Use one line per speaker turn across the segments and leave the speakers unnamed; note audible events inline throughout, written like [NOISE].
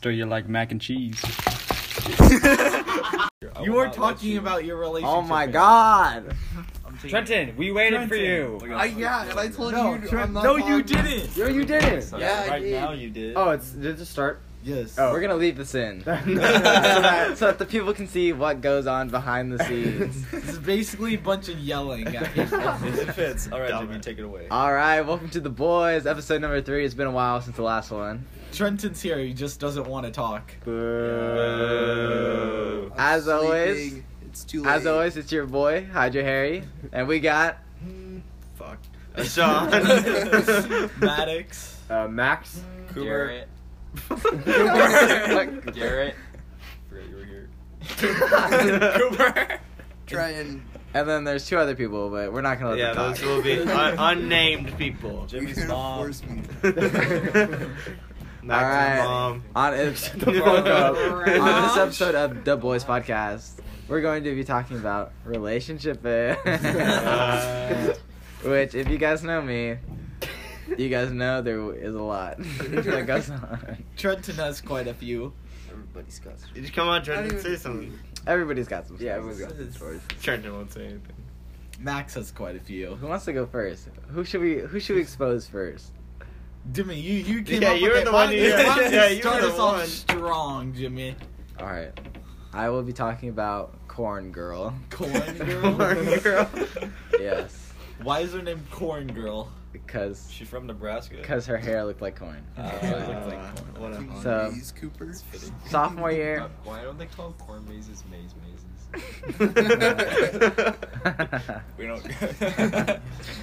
do you like mac and cheese?
You are talking about your relationship.
Oh my god.
Trenton, we waited for you.
I, yeah, and I told
No,
you.
Trent-
I'm not
No, you
on-
didn't.
Yo, you did it.
Yeah, I
Right
did.
now
you did.
Oh, it's did it just start?
Yes.
We're gonna leave this in. so, that,
this
so that the people can see what goes on behind the scenes.
is basically a bunch of yelling. At
It
people.
fits. All right, Jimmy, take it away.
Alright, welcome to the boys, episode number three. It's been a while since the last one.
Trenton's here. He just doesn't want to talk.
Boo.
As always,
it's too late.
as always, it's your boy, Hydra Harry. And we got
Fuck.
[LAUGHS] Maddox.
uh, Max.
Garrett.
Cooper.
[LAUGHS] Garrett.
Forgot you were here.
Cooper. Try and
And then there's two other people, but we're not gonna let
Yeah,
them talk.
those will
[LAUGHS]
be un- unnamed people.
you're
Jimmy's
gonna
mom.
force
[LAUGHS]
me.
[LAUGHS] All right.
Mom. [LAUGHS]
On, it's,
the
[LAUGHS]
fuck up.
on this episode of the Boys Podcast, we're going to be talking about
[LAUGHS]
relationship,
Uh.
which, if you guys know me, you guys know there is a lot that goes on.
[LAUGHS] Trenton has quite a few.
Everybody's got.
Did you come on,
I
Trenton?
don't
Say
even-
something.
Everybody's got some. stories.
Trenton won't say anything.
Max has quite a few.
Who wants to go first? Who should we? Who should we expose first?
Jimmy, you you came
Yeah,
up
you
with
were
it.
the
Why
one
don't
who-
you- why don't you
yeah, you were
start
the
us off
one.
strong, Jimmy.
All right, I will be talking about Corn Girl. [LAUGHS]
Corn
Corn
girl.
girl.
Yes,
Why is her name Corn Girl?
because
She's from Nebraska.
because her hair looked like corn.
Uh,
[LAUGHS]
Uh, what a
Corn
So-
maze, Cooper.
Sophomore
Uh,
year.
Why don't they call corn mazes maze
[LAUGHS]
mazes?
hon-
we
[LAUGHS]
[LAUGHS]
don't.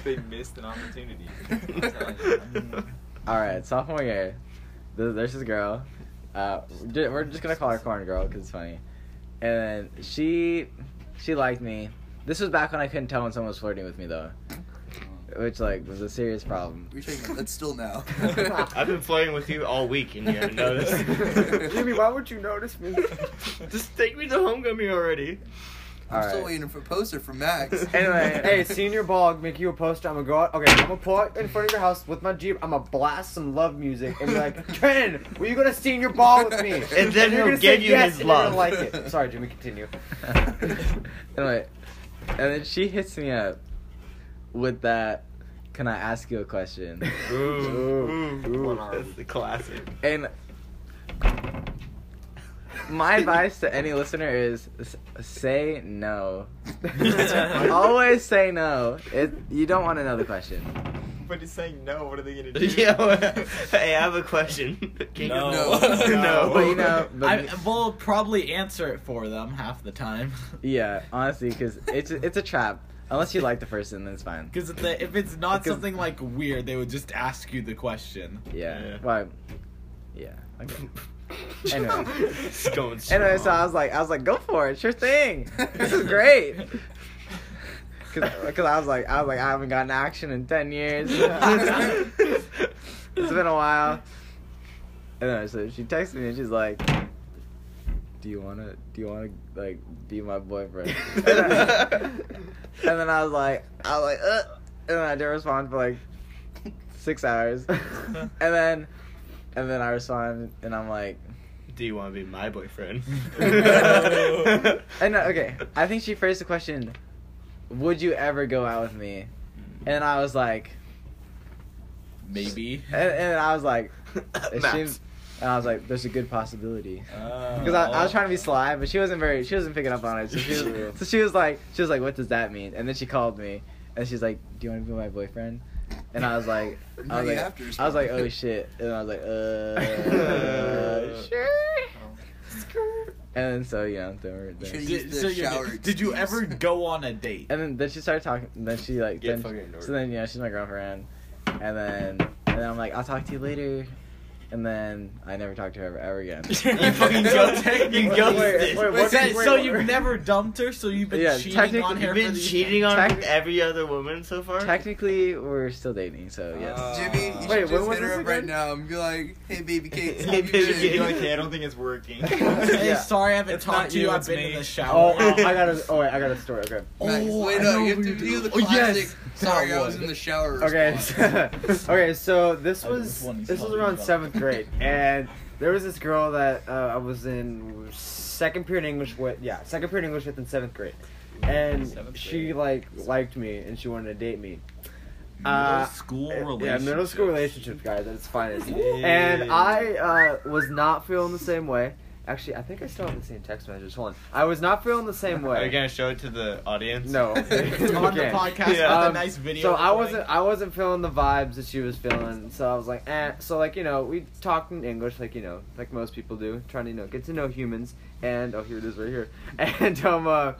they missed an opportunity. I'm telling you.
All right, sophomore year, th- there's this girl. Uh, ju- we're just gonna call her Corn Girl because it's funny. And she, she liked me. This was back when I couldn't tell when someone was flirting with me though, which like was a serious problem.
We're talking about that's still now.
[LAUGHS] I've been flirting with you all week and you
[LAUGHS]
haven't
[LAUGHS]
noticed.
Jimmy,
why would you notice me? [LAUGHS] Just take me to homecoming already.
All
I'm still
right.
waiting for a poster from Max.
[LAUGHS] Anyway,
[LAUGHS]
hey, senior ball, I'll make you a poster. I'm gonna go out. Okay, I'm gonna pull out in front of your house with my jeep. I'm gonna blast some love music and be
[LAUGHS]
like, Trenton, will you go to senior ball with me?
And
you're
then he'll
gonna
give
say
you his
and you're gonna
love.
Like it. Sorry, Jimmy. Continue.
[LAUGHS] anyway, and then she hits me up with that. Can I ask you
[LAUGHS]
a question?
Ooh, ooh,
ooh.
That's the classic.
And my advice to any listener is s- say no. [LAUGHS] Always say no. It, you don't want to know the question.
But he's saying no. What are
[LAUGHS]
they gonna do?
[LAUGHS]
Yeah. hey, I have a question. [LAUGHS] Can you-
No.
No.
[LAUGHS] no.
But you know, but
I will probably answer it for them half the time.
yeah, honestly, because it's it's a trap. Unless you like the person, then it's fine.
Because if it's not
Because-
something like weird, they would just ask you the question.
Yeah.
Yeah.
Why? Yeah. Okay.
[LAUGHS]
Anyway.
It's going strong.
Anyway, so I was like, I was like, go for it, sure thing. This is great. Cause, 'cause [LAUGHS] I was like, I was like, I haven't gotten action in ten years. [LAUGHS] it's been a while. And then so she texted me and she's like, do you wanna, do you wanna like be my boyfriend? [LAUGHS] and, then, and then I was like, I was like, Ugh. and then I didn't respond for like six hours. and then, and then I respond and I'm like.
Do you want to be my boyfriend?
[LAUGHS] And uh, okay, I think
[LAUGHS]
she phrased the question, "Would you ever go out with me?" And I was like,
Maybe.
and, and I was like, it
Max.
seems, and I was like, there's a good possibility.
Uh,
Oh.
Because I, I was trying to be sly, but she wasn't very, she wasn't picking up on it. So she, was, so she was like, she was like, what does that mean? And then she called me, and she's like, do you want to be my boyfriend? And I was like,
Now
I was
you
like,
have to
I was like,
respond.
oh shit. And I was like, [LAUGHS] uh, sure. And then so you know, then we're,
You
then
should've used the
so you-
shower
did you ever
excuse.
go on a
[LAUGHS]
date?
And then, then she started talking. And then she like.
Get
Then,
fucking ignored.
so then yeah, she's my girlfriend. And then and then I'm like, I'll talk to you later. And then I never talked to her ever, ever again.
you fucking
[LAUGHS]
ghosted. You ghosted.
wait,
Wait,
what-
that-
wait,
so
what-
you've never dumped her, so you've been
Yeah,
cheating on her.
technically-
You've
for
been
these-
cheating on
Tech-
every other woman so far.
[LAUGHS]
Technically, we're still dating, so yes.
Uh,
Jimmy, you
Wait,
should
when
just
was
hit her
this
up right
again?
now and be like, "Hey, baby Kate,
[LAUGHS]
Hey,
how you
baby
been?"
Kate.
You're like, hey, I don't think it's working.
Hey,
Yeah.
sorry, I haven't
It's
talked
not
to you.
you,
I've
it's
been in
me.
the
Oh,
shower.
oh, I got a. Oh wait, I got a story. Okay.
Max,
Oh,
wait,
I
no,
know
you have
who
to
you're
do the
doing. Oh, yes.
classic. Sorry, I was
Someone.
in the shower.
[LAUGHS]
Okay.
response."
okay. So this
I just
was
wanted to
this was
tell you
around
about [LAUGHS]
seventh grade, and
There was this girl that uh, I was in second period English with. Yeah, second period English with in seventh grade, and
Seventh
she
grade.
like liked me and she wanted to date me.
Middle
Uh,
school
yeah, middle school
relationships.
relationship guys at its finest.
Yeah.
And I uh, was not feeling the same way. Actually, I think I still have the same text messages. Hold on, I was not feeling
[LAUGHS]
the same
Are you
way.
gonna show it to the audience? [LAUGHS]
No.
It's on the
Okay.
podcast
Yeah.
with a
Um,
nice video.
So I
recording.
wasn't I wasn't feeling the vibes that she was feeling, so I was like, eh. So like you know, we talked in English, like you know, like most people do, trying to you know get to know humans. And oh, here it is right here. [LAUGHS] And um, uh,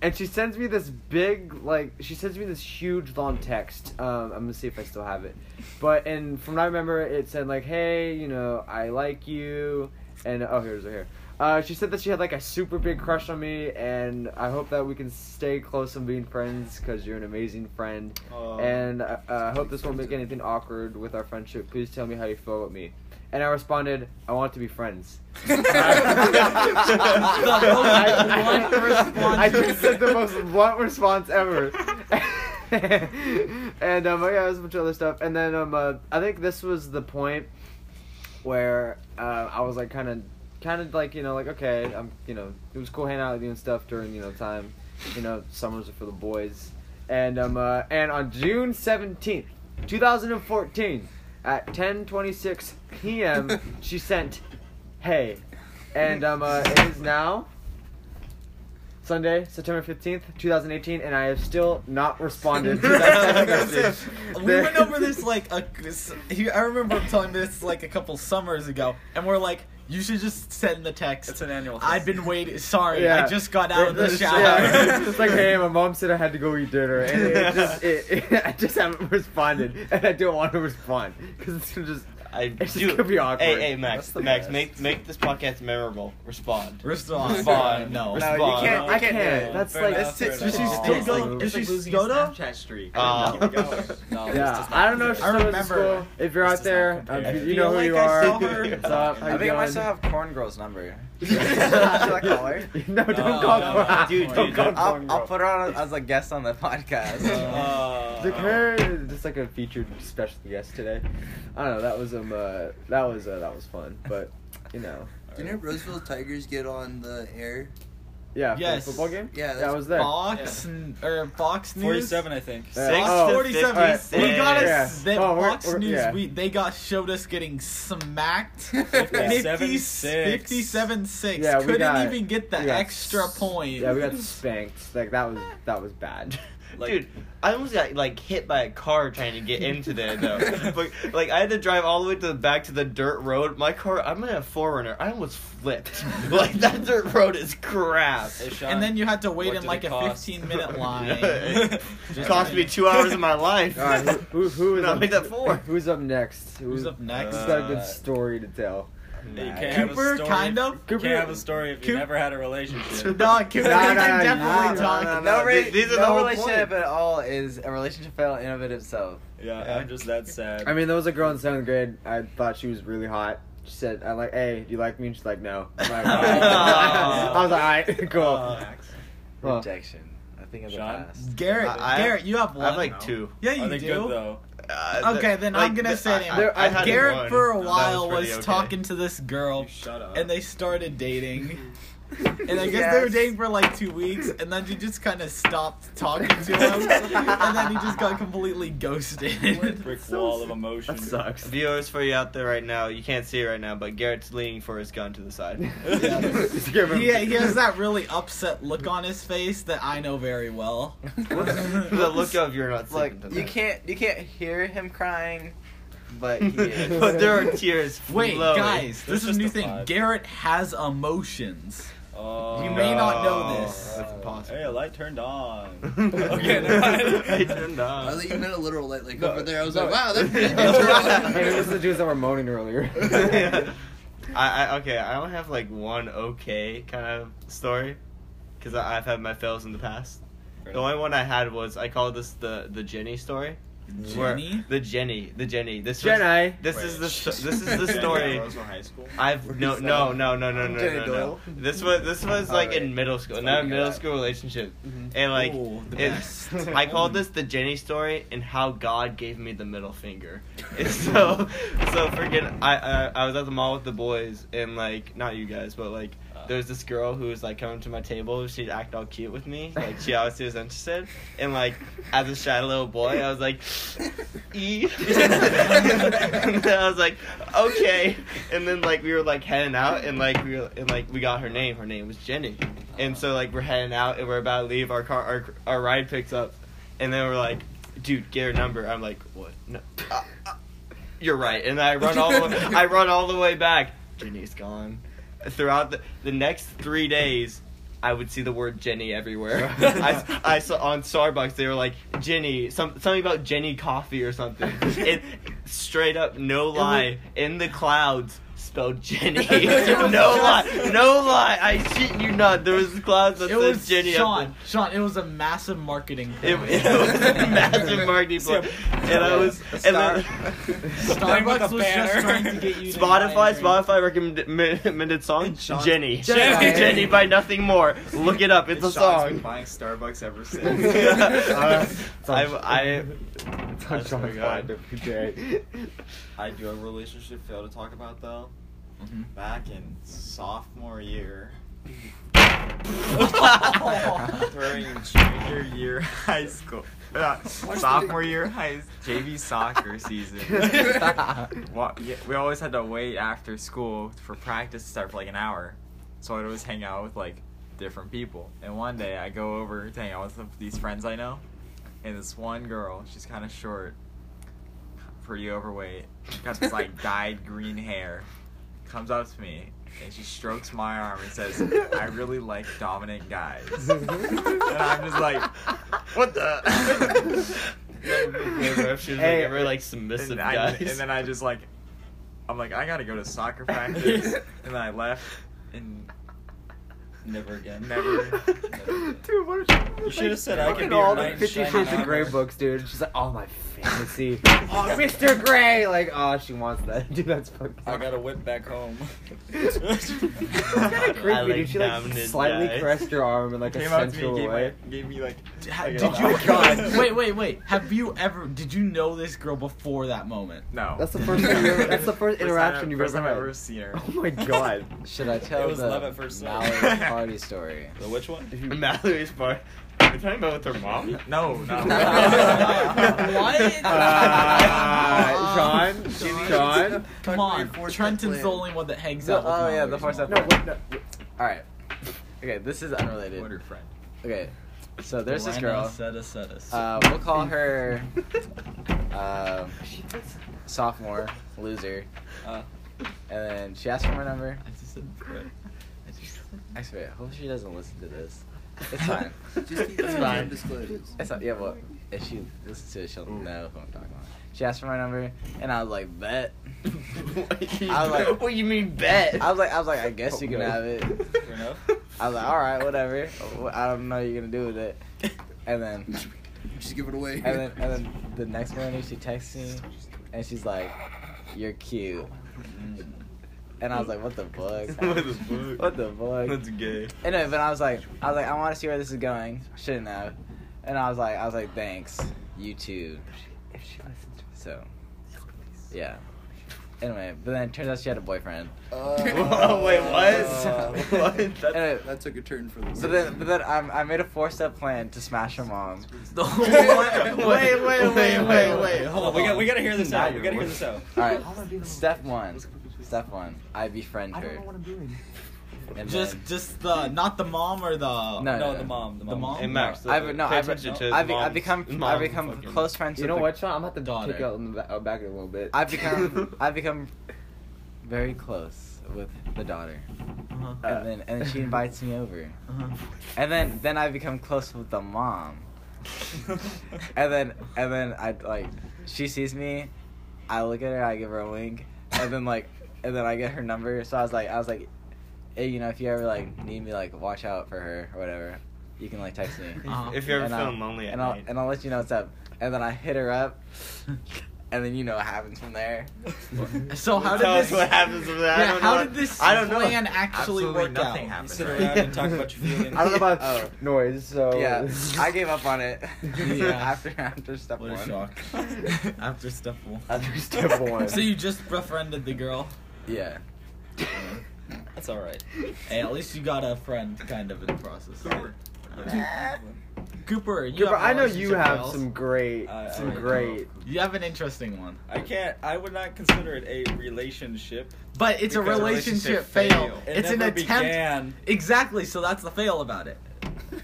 and she sends me this big like she sends me this huge long text. Um, I'm gonna see if I still have it, but and from what I remember, it said like, hey, you know, I like you, and oh, here it is right here. Uh, she said that she had like a super big crush on me, and I hope that we can stay close and being friends because you're an amazing friend. and I uh, I hope this won't make anything awkward with our friendship. Please tell me how you feel about me. And I responded, I want to be friends. [LAUGHS] I,
blunt response.
I just said the most blunt response ever. [LAUGHS] and um, yeah, it was a bunch of other stuff. And then um, uh, I think this was the point where uh, I was like kind of, kind of like you know like okay, I'm you know it was cool hanging out with you and stuff during you know time, you know summers are for the boys. And um uh, and on June seventeenth, two thousand and fourteen, at ten twenty six p.m. she sent, "Hey," and um uh, it is now Sunday, September fifteenth, two thousand eighteen, and I have still
[LAUGHS]
not responded to that text message.
we went over this like a, I remember him telling me this like a couple summers ago, and we're like, you should just send the text.
It's an annual.
I've been waiting. Sorry,
Yeah.
I just got out of the
It's-
shower. [LAUGHS]
yeah, it's just like, hey, my mom said I had to go eat dinner, and it just, it, it- [LAUGHS] I just haven't responded, and I don't want to respond because it's gonna just.
I
[LAUGHS] It's just
do.
gonna be awkward.
Hey, hey,
That's
Max,
the
Max,
best.
make make this podcast memorable. Respond.
Respond.
Respond.
No.
Respond.
No, you
Oh,
can't. I
Fair
can't.
enough,
That's
fair
like.
enough,
That's-
fair
she's
enough.
still going-
It's
It's
like
like
losing
losing
a
a
Snapchat
Snapchat streak.
Uh,
Yeah, I don't know if she's
I
still in
remember.
school. If you're
This does
out there,
not
um,
compare.
you,
I
you know who
feel
you
like I
are.
saw her.
What's up? How
I
you
I think
doing?
I might still have Corn Girl's number.
Should I call her?
no, don't
No,
call
no,
Cora.
dude,
Don't
dude,
call
dude.
Cora.
I'll, I'll put her on as a guest on the podcast.
It's like her, just like a featured special guest today. I don't know. That was um, uh, that was uh, that was fun, but you know,
Didn't Roseville Tigers get on the air?
yeah, for the
Yes.
football game.
Yeah,
that
that's-
was there.
Fox n- or Fox News.
Forty-seven, I think.
Yeah.
Fox
Oh,
47.
alright,
We got us.
yeah.
That
Oh, we're-
Fox
we're-
News.
yeah.
We they got showed us getting
[LAUGHS]
smacked.
57-6.
57 6.
Yeah, we
Couldn't
got-
even get the
yeah.
extra point.
Yeah,
[LAUGHS]
we got spanked. Like that was that was bad.
Dude, I almost got like hit by a car trying to get into there though. but like I had to drive all the way to the back to the dirt road. My car, I'm in a forerunner. I almost flipped. [LAUGHS] like that dirt road is crap.
and then you had to wait
what
in
did
like
it
a
cost? [LAUGHS]
15 minute line. [LAUGHS]
It cost me two hours of my life.
All right, who, who, who is
[LAUGHS] No,
up,
make that
[LAUGHS]
four.
Who's up next? Who-
Who's up next?
Who's got a good
Uh,
story to tell?
Cooper, kind of.
You
Cooper-
can't have a story if you
Coop-
never had a relationship.
[LAUGHS] No,
[LAUGHS]
Cooper,
Nah,
I'm
nah, nah,
definitely
nah,
talking.
nah, nah.
No, re-
th- these are the
no
whole
relationship
point.
at all is a relationship fail in and of itself.
Yeah, I'm just that sad.
I mean, there was a girl in seventh grade. I thought she was really hot. She said, "I like, hey, do you like me?" And she's like, "No." I'm like,
Aw.
[LAUGHS] I was like, "All right, [LAUGHS] cool."
Uh,
Huh.
Uh, Rejection. I think of the
Sean?
past.
Garrett,
I- I-
Garrett, you have
I
one.
have like two.
Yeah,
Are
you
they
do.
good though?
Uh,
Okay, then I'm gonna
th-
say them.
I had
Garrett
one
for a
that was
while was,
pretty okay.
talking to this girl,
You shut up.
and they started dating. And I guess they were
Yes.
dating for like two weeks, and then she just kind of stopped talking to him, and then he just got completely [LAUGHS] ghosted.
brick wall of emotion.
[LAUGHS]
[LAUGHS]
Viewers, for you out there right now, you can't see it right now, but Garrett's leaning for his gun to the
[LAUGHS]
side.
Just give him-
he, he has that really upset look on his face that I know very well.
[LAUGHS]
the look of you're not
Like
sleeping
you
tonight. [LAUGHS]
can't you can't hear him crying, but he
[LAUGHS]
is.
but there are tears.
Wait,
flowing.
guys, this
That's
is a new
just a
thing.
vibe.
Garrett has emotions.
Oh,
You may not know this.
That's impossible.
Hey, a light turned
[LAUGHS]
on. [LAUGHS]
okay,
never mind.
I
[LAUGHS]
turned on.
I thought you meant a literal light, like
No,
over there. I was
no.
like, wow, that's pretty
Maybe
good.
this is
[LAUGHS]
the dudes that were moaning earlier. [LAUGHS]
I, I okay. I don't have like one okay kind of story, because I've had my fails in the past. The only one I had was I call this the the Jenny story. where-
Jenny?
the Jenny, the Jenny. This was- [LAUGHS]
[LAUGHS] Jenny.
This
Wait.
is the sto- this is
[LAUGHS]
the [LAUGHS] story.
Roseville High School.
I've no no no no no no
Jenny
no, no.
Doyle.
This was this was like in middle school, not a middle school relationship, and like
Mm-hmm. Ooh, the
it's,
best.
[LAUGHS] I called this the Jenny story and how God gave me the middle finger. [LAUGHS] And so so freaking I, I I was at the mall with the boys and like not you guys but like
Uh.
there was this girl who was like coming to my table. She'd act all cute with me, like she obviously was interested. And like as a shy little boy, I was like, E. [LAUGHS] and then I was like, okay. And then like we were like heading out, and like we were, and like we got her name. Her name was Jenny. And so like we're heading out, and we're about to leave. Our car, our our ride picks up, and then we're like, dude, get her number. I'm like, what? No. Uh, uh, you're right. And I run all the way, I run all the way back. Jenny's gone. Throughout the, the next three days, I would see the word Jenny everywhere. [LAUGHS] I, I saw on Starbucks they were like Jenny, some something about Jenny coffee or something. It straight up, no lie, in the clouds spelled Jenny. [LAUGHS] no lie, no lie. I cheat you not. There was clouds that
It
said
was
Jenny. up there.
Sean. Sean, it was a massive marketing.
[LAUGHS] It, it
plan.
was a massive marketing plan, and
[LAUGHS]
I was
A
and then,
[LAUGHS]
[LAUGHS]
Starbucks was just trying to get you. to buy a
Spotify
drink.
Spotify recommended song
Sean-
Jenny.
Jenny.
Jenny by Nothing More. Look it up. It's a
Sean's been
song.
Buying Starbucks
[LAUGHS]
ever
Uh,
since.
I, I
It's on
I swear to
Sean's
God.
mind every day.
I do have a relationship fail to talk about though.
Mhm.
Back in sophomore
[LAUGHS]
year,
[LAUGHS]
during junior year [LAUGHS] high school, uh, sophomore year high JV soccer season. Wa- yeah, we always had to wait after school for practice to start for like an hour. So I'd always hang out with like different people. And one day I go over to hang out with some- these friends I know. And this one girl, she's kind of short, pretty overweight, got this like dyed green hair, comes up to me and she strokes my arm and says, I really like dominant guys.
[LAUGHS]
and I'm just like, what the?
She's like,
Hey,
ever like submissive
and, I,
guys.
and then
[LAUGHS]
I just like, I'm like, I gotta go to soccer practice, and then I left,
[LAUGHS]
and
Never again.
Never.
Dude, what if
You should have said I
Look
could
at
be
all
all
the
right.
Fifty
shining
Shades of Grey
armor.
books, dude. She's like, oh my
[LAUGHS]
fantasy, oh Mr. Grey, like, oh she wants that, [LAUGHS] dude. That's fucking.
I got a whip back home.
[LAUGHS] it's
[LAUGHS]
kind of creepy,
I like
dude. She like
dominant
slightly
guys.
caressed your arm in like a
came up to me,
sensual
and gave,
way. [LAUGHS]
my, gave me like,
Ha-
like
Did
a-
you?
Oh
[LAUGHS]
my
[LAUGHS]
God.
Wait, wait, wait. Have you ever? Did you know this girl before that moment?
No,
That's the first. time you ever, that's the first
time-
interaction
[LAUGHS]
you've
first
ever
time I've
had.
ever seen her.
Oh my god.
Should I
tell
[LAUGHS] It was
the
love at first sight. [LAUGHS]
Mallory
party
story? The which one?
Mallory's part. You're talking about with her mom?
[LAUGHS] No,
[LAUGHS]
no.
What?
[LAUGHS]
Uh, Sean,
Sean.
Sean.
Come on, Trenton's the only one that hangs out. with
Oh, yeah, the
Mallory's
four-step
mom.
No, wait, no.
All right. Okay, this is unrelated.
What her friend?
Okay, so there's this
Lana
girl.
Said us, said us.
Uh, we'll [LAUGHS] call
[LAUGHS]
her uh, sophomore loser.
Uh.
and then she asked for my number.
I just said Fred. I just said-
Actually, I hope she doesn't listen to this.
[LAUGHS]
It's fine.
Just keep
it's fine.
disclosures.
It's not, yeah, well, if she listens to it, she'll know who I'm talking about. She asked for my number, and I was like, bet. I was like-
what do you mean bet?
I was like, I was like, I guess you can have it.
Fair enough.
I was like, all right, whatever. Wh- I don't know what you're gonna do with it. And then, just give it away. And
[LAUGHS]
then, and then the next morning she texts me, and she's like, "You're cute." And I was like, "What the
What
fuck?
the fuck?
What the fuck?"
That's gay.
Anyway, but I was like, I was like, I want to see where this is going. Shouldn't have. And I was like, I was like, thanks. You too.
If she listens to
So, yeah. Anyway, but then it turns out she had a boyfriend.
Uh,
[LAUGHS]
Whoa, wait, what?
Uh,
what? That's-
Anyway,
That took a turn for the
But then, but then um, I made a four-step plan to smash her mom.
The whole-
Wait, wait, wait, wait, wait,
Hold on,
we got we gotta hear this
Now
out. We
you're
gotta hear
worse.
this out.
All right, step one. Step one. I befriend her. And
Just,
then-
just the not the mom or the
No,
No, the mom. The
The
mom.
mom?
Hey, Max,
No, I've- no,
pay
I've-
attention to his
I've, I've
mom's-
become
mom's
I've become
fucking-
close friends.
You
with
know
the-
what, Sean? I'm about to
Daughter.
take you out in the ba- out back a little bit.
[LAUGHS]
[LAUGHS]
I've become I've become very close with the daughter,
Uh-huh,
Uh.
and then and then she invites me over,
uh-huh.
and then then I become close with the mom,
Uh-huh.
and then and then I like she sees me, I look at her, I give her a wink, and then like and then I get her number. So I was like I was like, hey, you know if you ever like need me like watch out for her or whatever, you can like text me.
Uh-huh.
[LAUGHS] If you're ever
And I'll-
feeling lonely at
and I'll
night.
and I'll let you know what's up. and then I hit her up, and then you know what happens
[LAUGHS]
from there.
So how did
Tell
this?
us what happens with that.
Yeah,
I don't
how
know.
did this
I don't know.
plan actually
Absolutely
work
nothing
out?
happened.
You sit around and
[LAUGHS]
talk about your feelings.
I don't know [LAUGHS] about
Oh.
noise, so [LAUGHS]
Yeah, I gave up on it
Yeah.
[LAUGHS] after after step
What
one.
a shock.
[LAUGHS]
After step one.
After step
[LAUGHS]
one.
So you just befriended the girl.
Yeah,
That's all right. Hey, at least you got a friend, kind of in the process.
Cooper.
Cooper, you
Cooper,
have a
I know you
relationship
have
goals.
some great,
I- I
some
don't know.
great.
You have an interesting one,
I can't. I would not consider it a relationship.
but it's
Because
a relationship,
relationship
fail.
fail. It
It's an
never
attempt.
began.
Exactly. So that's the fail about it.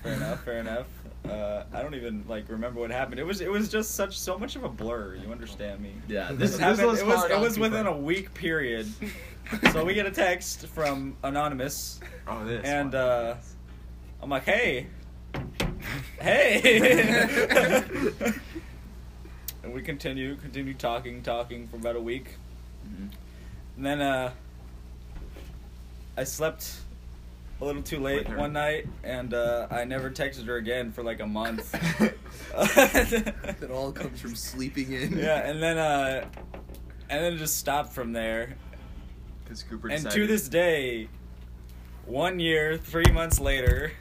Fair enough. Fair enough. Uh, I don't even like remember what happened. It was it was just such so much of a blur. You understand me?
Yeah. This,
It
this
happened-
was
it was
hard
it
on
was
Cooper.
within a week period. [LAUGHS] so we get a text from anonymous,
Oh, this.
and
one.
uh, I'm like, hey,
[LAUGHS]
[LAUGHS] hey, and we continue continue talking talking for about a week,
Mhm.
and then uh, I slept a little too late
With her.
one night, and uh, I never texted her again for like a
[LAUGHS]
month.
It all comes from sleeping in.
yeah, and then uh, and then it just stopped from there.
'Cause Cooper
And to
decided-
this day, one year, three months later,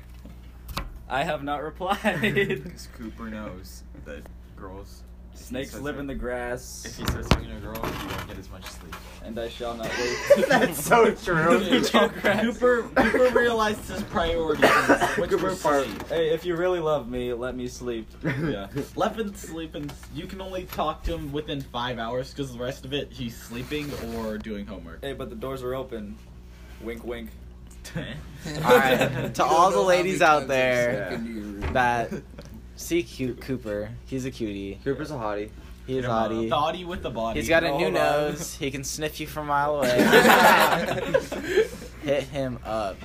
I have not replied.
[LAUGHS]
[LAUGHS]
'cause Cooper knows that girls. if he
Snakes
starts
live in the
talking- If
grass,
he starts talking to a girl, he won't get as much
[LAUGHS]
sleep.
and I shall not wait.
That's so
[LAUGHS]
[LAUGHS]
true.
Cooper, Cooper realized
[LAUGHS]
his priorities, which were sleep.
Hey, if you really love me, let me sleep. Yeah.
Levin sleeping. You can only talk to him within five hours because the rest of it he's sleeping or doing homework. [LAUGHS]
Hey, but the doors are open. Wink, wink.
Alright, [LAUGHS] to
You don't
[LAUGHS]
[LAUGHS]
all
know
the
how
ladies
many
out
times I've
there
slept in your room.
[LAUGHS]
that see cute Cooper, he's a cutie.
Cooper's a hottie.
He is
The
hottie.
body with the body.
He's
[LAUGHS]
got a new
Hold on.
nose. He can sniff you from a mile
[LAUGHS]
away. [LAUGHS] Hit him up.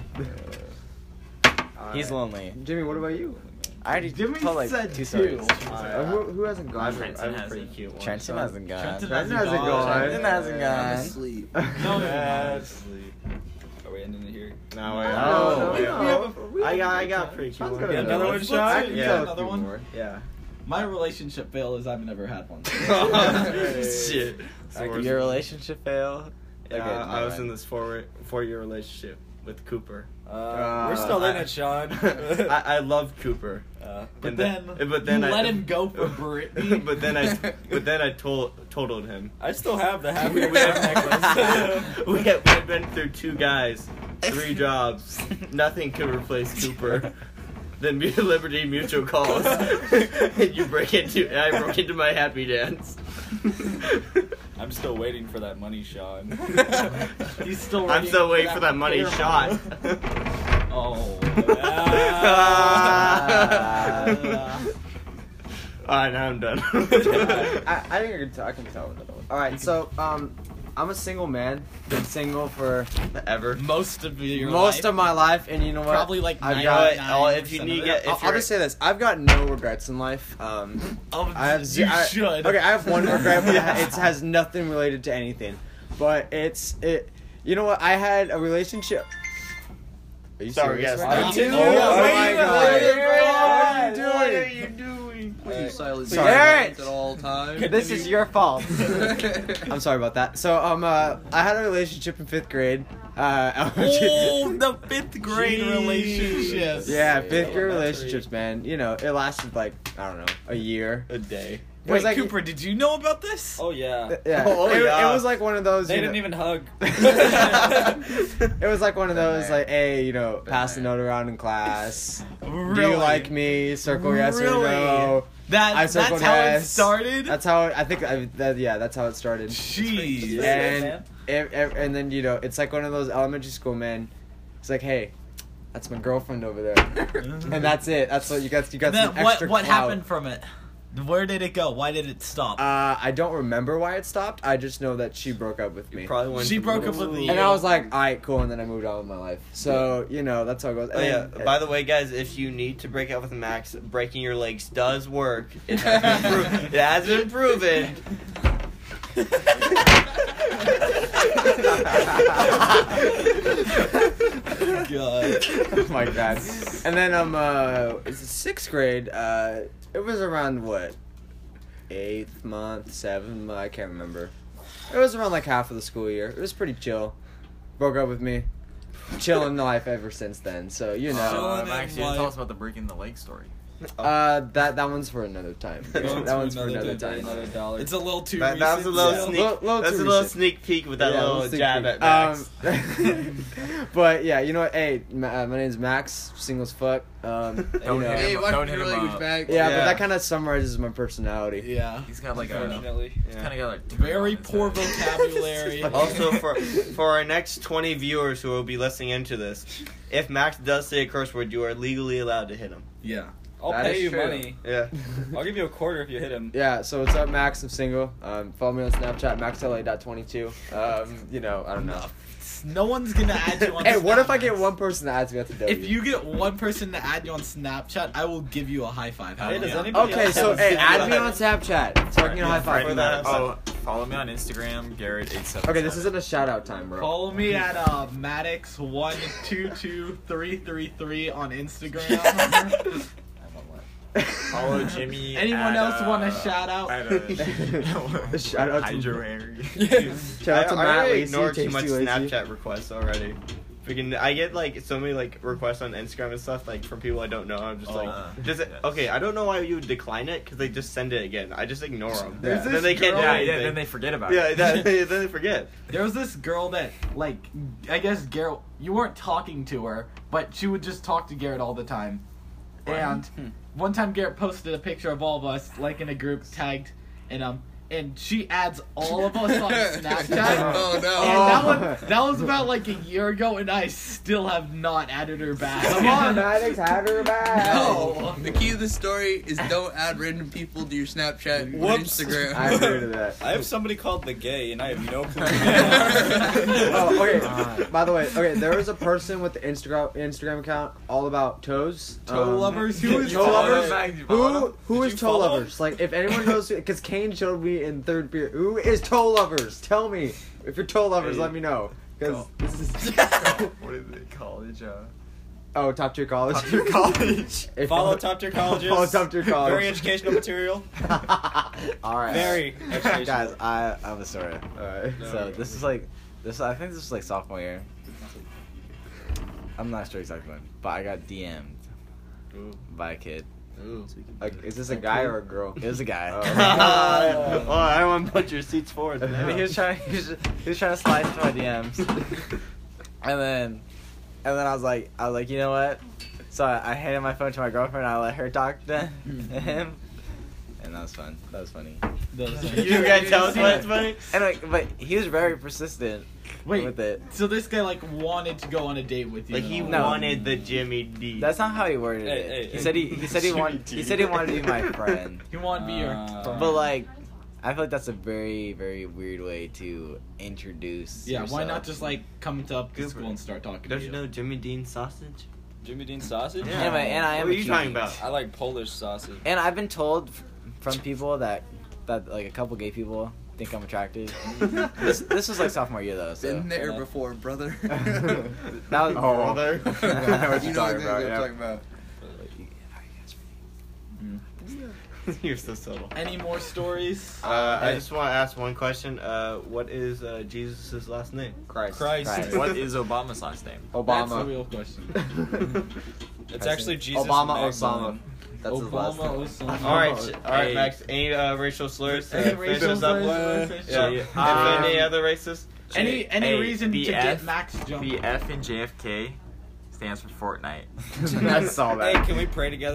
He's lonely.
Jimmy, what about you?
I already
Jimmy
told like
said
[LAUGHS] two
two.
stories.
Uh, who, who hasn't gone?
Trenton has a
cute one.
Trenton hasn't gone.
Trenton
Trenton
hasn't
has a
gone.
guy.
hasn't,
I'm
gone.
asleep.
No,
Are we ending it here?
No, wait.
No, no,
wait.
no.
I got, I got pretty cute.
Sean's
one.
got
Yeah, another one,
Let's-
Sean?
I can
Yeah,
tell a
another
few
one?
more.
Yeah.
My relationship fail is I've never had one.
Shit.
I can-
Your relationship fail.
Yeah,
Okay, never
I was
mind.
in this four four year relationship with Cooper.
Uh, we're still in
I-
it, Sean.
[LAUGHS]
[LAUGHS]
I,
[LAUGHS]
I love Cooper.
uh,
But
And
then,
but then
you
I
let him go
[LAUGHS]
for Britney.
but then I, but then I told totaled him. [LAUGHS]
I still have the happy
[LAUGHS]
we,
wheel
we,
necklace. [LAUGHS]
had, we had been through two guys, three jobs. Nothing could replace Cooper. Then Mu- [LAUGHS] Liberty Mutual calls. [LAUGHS] and you break into. I broke into my happy dance.
I'm still waiting for that money,
[LAUGHS]
Sean.
He's still.
I'm still waiting for that money shot. [LAUGHS]
Oh.
Ah. All right, now I'm done.
I, I think I can tell. I can tell another one. All right, so um, I'm a single man. Been single for
[LAUGHS]
[LAUGHS]
Ever.
Most of your
most
life.
of my life, and you know what?
Probably like
I've
nine.
got-
oh, if you need to get-
I'll, I'll just say this: I've got no regrets in life.
[LAUGHS]
Um, I have. ze-
Oh, you
I-
should.
Okay, I have one regret, but it has nothing related to anything. But it's it. You know what? I had a relationship. Are you
Sorry,
serious?
yes.
right now?
I'm
Oh,
serious.
my
Wait,
God.
wait,
What are you
[LAUGHS]
doing?
you doing?
What are you silent
Sorry.
silent at all
[LAUGHS]
times?
This is your fault. [LAUGHS]
That's
I'm sorry about that. So [LAUGHS] um, uh, I had a relationship in fifth grade. Uh,
Oh, the fifth grade relationships.
yeah, fifth grade relationships, man. You know, it lasted like I don't know, a year.
A day.
It
Wait,
was like,
Cooper, did you know about this?
Oh yeah.
uh, Yeah,
[LAUGHS] Oh,
it,
yeah.
it was like one of those.
They
you
didn't
know-
even hug.
[LAUGHS] It was like one of those,
there.
like, hey, you know, pass the
there.
note around in class.
really?
Do you like me? Circle yes
Really?
or no.
That,
I
that's how
circled
it
yes.
started.
That's how I think. I, that, yeah, that's how it started.
Jeez.
Yeah.
and
man.
ev- ev- and then you know it's like one of those elementary school men. It's like, hey, that's my girlfriend over there, and that's it. That's what you got. You got
And Mm-hmm. then
some
what
extra
what
clout.
happened from it? Where did it go? Why did it stop?
Uh, I don't remember why it stopped. I just know that she broke up with me,
Probably went
she
to
broke
middle
up with
school.
you.
and I was like, all right, cool. And then I moved on with my life. So you know that's how it goes.
Oh, yeah. By the way, guys, if you need to break up with Max, breaking your legs does work. It has been, pro- it has
[LAUGHS]
been proven.
God. [LAUGHS]
oh [LAUGHS] my god. And then um, uh, it's sixth grade. Uh, it was around what? eighth month, seventh month, I can't remember. It was around like half of the school year. It was pretty chill. Broke up with me. Chilling life ever since then. So you know,
Oh,
Um, actually, tell us about the break in the lake story.
uh, that that one's for another time.
Go
that
to
one's for another
day,
time.
Another dollar.
It's a little too
That, that was a
recent,
little
so-
sneak.
Little- little
that's
too
a little
recent.
sneak peek with that
Yeah,
little
we'll see.
jab at Max.
[LAUGHS]
[LAUGHS]
Um, but yeah, you know what? Hey, my, uh, my name's Max. Single as fuck. Um, you
Don't
know.
hit
Hey,
him up,
why don't
don't
you
hit him
really
up.
back?
Yeah, but
Yeah.
that [LAUGHS] kind of summarizes my personality.
Yeah.
He's got like a
Unfortunately.
kind of got like
Very
turban on his
poor
head.
[LAUGHS]
vocabulary.
also, for for our next twenty viewers who will be listening into this, if Max does say a curse word, you are legally allowed to hit him.
Yeah. I'll
That
pay
is
you
true.
money.
Yeah.
I'll give you a quarter if you hit him.
Yeah, so what's up, Max? I'm single. Um, follow me on Snapchat, maxla.22. Um, you know, I
[LAUGHS]
don't know.
No one's gonna add you on.
Hey, what if I
Snapchat.
get one person that adds me at the W?
If you get one person to add you on Snapchat, I will give you a high five. How
Hey,
about
does
that?
anybody
okay,
else
so
have a
hey,
Snapchat?
add
[LAUGHS]
me on Snapchat so I can get a high five for that.
Oh, follow me on Instagram, Garrett eight seven.
Okay, this isn't a shout out time, bro.
Follow me at uh, Maddox one two two three three three on [LAUGHS] Instagram.
Follow Jimmy.
Anyone
at,
else want a
uh,
shout out?
at,
[LAUGHS]
uh,
Shout out to-
Hydro Harry.
[LAUGHS] Shout out
I,
to
I
Matt
already
Lacey,
ignored too
Tasty
much
Lacey.
Snapchat requests already. Freaking, I get like so many like requests on Instagram and stuff like from people I don't know. I'm just
Uh,
like, just
yeah.
okay. I don't know why you would decline it because they just send it again. I just ignore them.
There's
Then
this
they can't do
yeah, yeah,
anything.
then they forget about
yeah,
it. [LAUGHS]
that, then they forget.
There was this girl that, like, I guess Garrett, you weren't talking to her, but she would just talk to Garrett all the time.
Hmm.
And one time Garrett posted a picture of all of us, like in a group, tagged, and um, and she adds all of us on
[LAUGHS]
Snapchat.
Oh, no.
And that one, that was about like a year ago, and I still have not added her back.
Come on,
Maddox, have her back.
No.
No.
The key to this story is don't add random people to your Snapchat or
Whoops. [LAUGHS]
Instagram.
I agree to that.
[LAUGHS]
I have somebody called the gay, and I have no clue.
[LAUGHS] oh, [LAUGHS] okay. By the way, okay, there was a person with the Instagram Instagram account all about toes.
Toe
Um,
lovers,
[LAUGHS] Toe
who is
toe lovers.
Max, you follow
Who
him?
who
Did
is
you
toe
follow
lovers? Like, if anyone knows, because Kane showed me in third beer. Who is toe lovers? Tell me if you're toe lovers. Let me know. Because this is
What is it? College. Uh,
oh top tier college.
top tier college.
If-
Follow top
[LAUGHS]
tier colleges.
Follow top tier college.
Very educational material.
All right.
Very educational.
Guys, I, I have a story.
All right.
So this is like, this I think this is like sophomore year. I'm not sure exactly when, but I got DM'd by a kid.
Like, is this a guy or a girl?
Mm. It was a [LAUGHS]
[LAUGHS]
guy. [LAUGHS]
oh, I want to put your seats forward.
I mean, he was trying. He was, he was trying to slide into my DMs, and then, and then I was like, I was like, you know what? So I, I handed my phone to my girlfriend. I let her talk to him,
Hmm.
and that was fun. That was funny.
[LAUGHS] you
[LAUGHS]
gotta tell us what's funny.
And like, but he was very persistent
Wait,
with it.
so this guy like wanted to go on a date with you?
Like he
and all
No.
wanted the Jimmy D.
That's not how he worded
Hey,
it.
hey,
he
hey.
said he he said
[LAUGHS]
he wanted he said he wanted to be my friend.
that. he wanted to be your.
Uh,
friend.
But like, I feel like that's a very very weird way to introduce.
Yeah, why
yourself.
not just like come to up to
Good
school
for-
and start talking
Don't
to
you
you?
know Jimmy Dean sausage?
Jimmy Dean sausage.
Yeah. Anyway, and I am.
What are
a
you talking
cutie.
about?
I like Polish sausage.
And I've been told f- from people that that like a couple gay people think
[LAUGHS]
I'm attractive. this this was like sophomore year though, so
Been there
uh,
before, brother.
[LAUGHS] that was
Oh.
you
[LAUGHS]
know
talking
exactly
about,
what I'm
yeah.
talking about.
You're so subtle.
[LAUGHS] Any more stories?
Uh, I just want to ask one question. Uh, what is uh, Jesus' last name?
Christ.
Christ.
Right.
what
[LAUGHS]
is Obama's last name?
That's the
Obama.
real question.
[LAUGHS]
[LAUGHS]
It's actually Jesus.
Obama,
Magdalene.
That's his last
Obama
name.
Osama.
all right, sh- all right,
Hey.
Max. Any uh, racial slurs? to
Oh, Any
finish
racial
us up?
slurs?
Yeah.
Yeah.
If
Um,
any other racist?
Any any
Hey,
reason to
BF
get Max
The
jumped?
F in JFK stands for Fortnite.
[LAUGHS] I saw
Hey, can we pray together?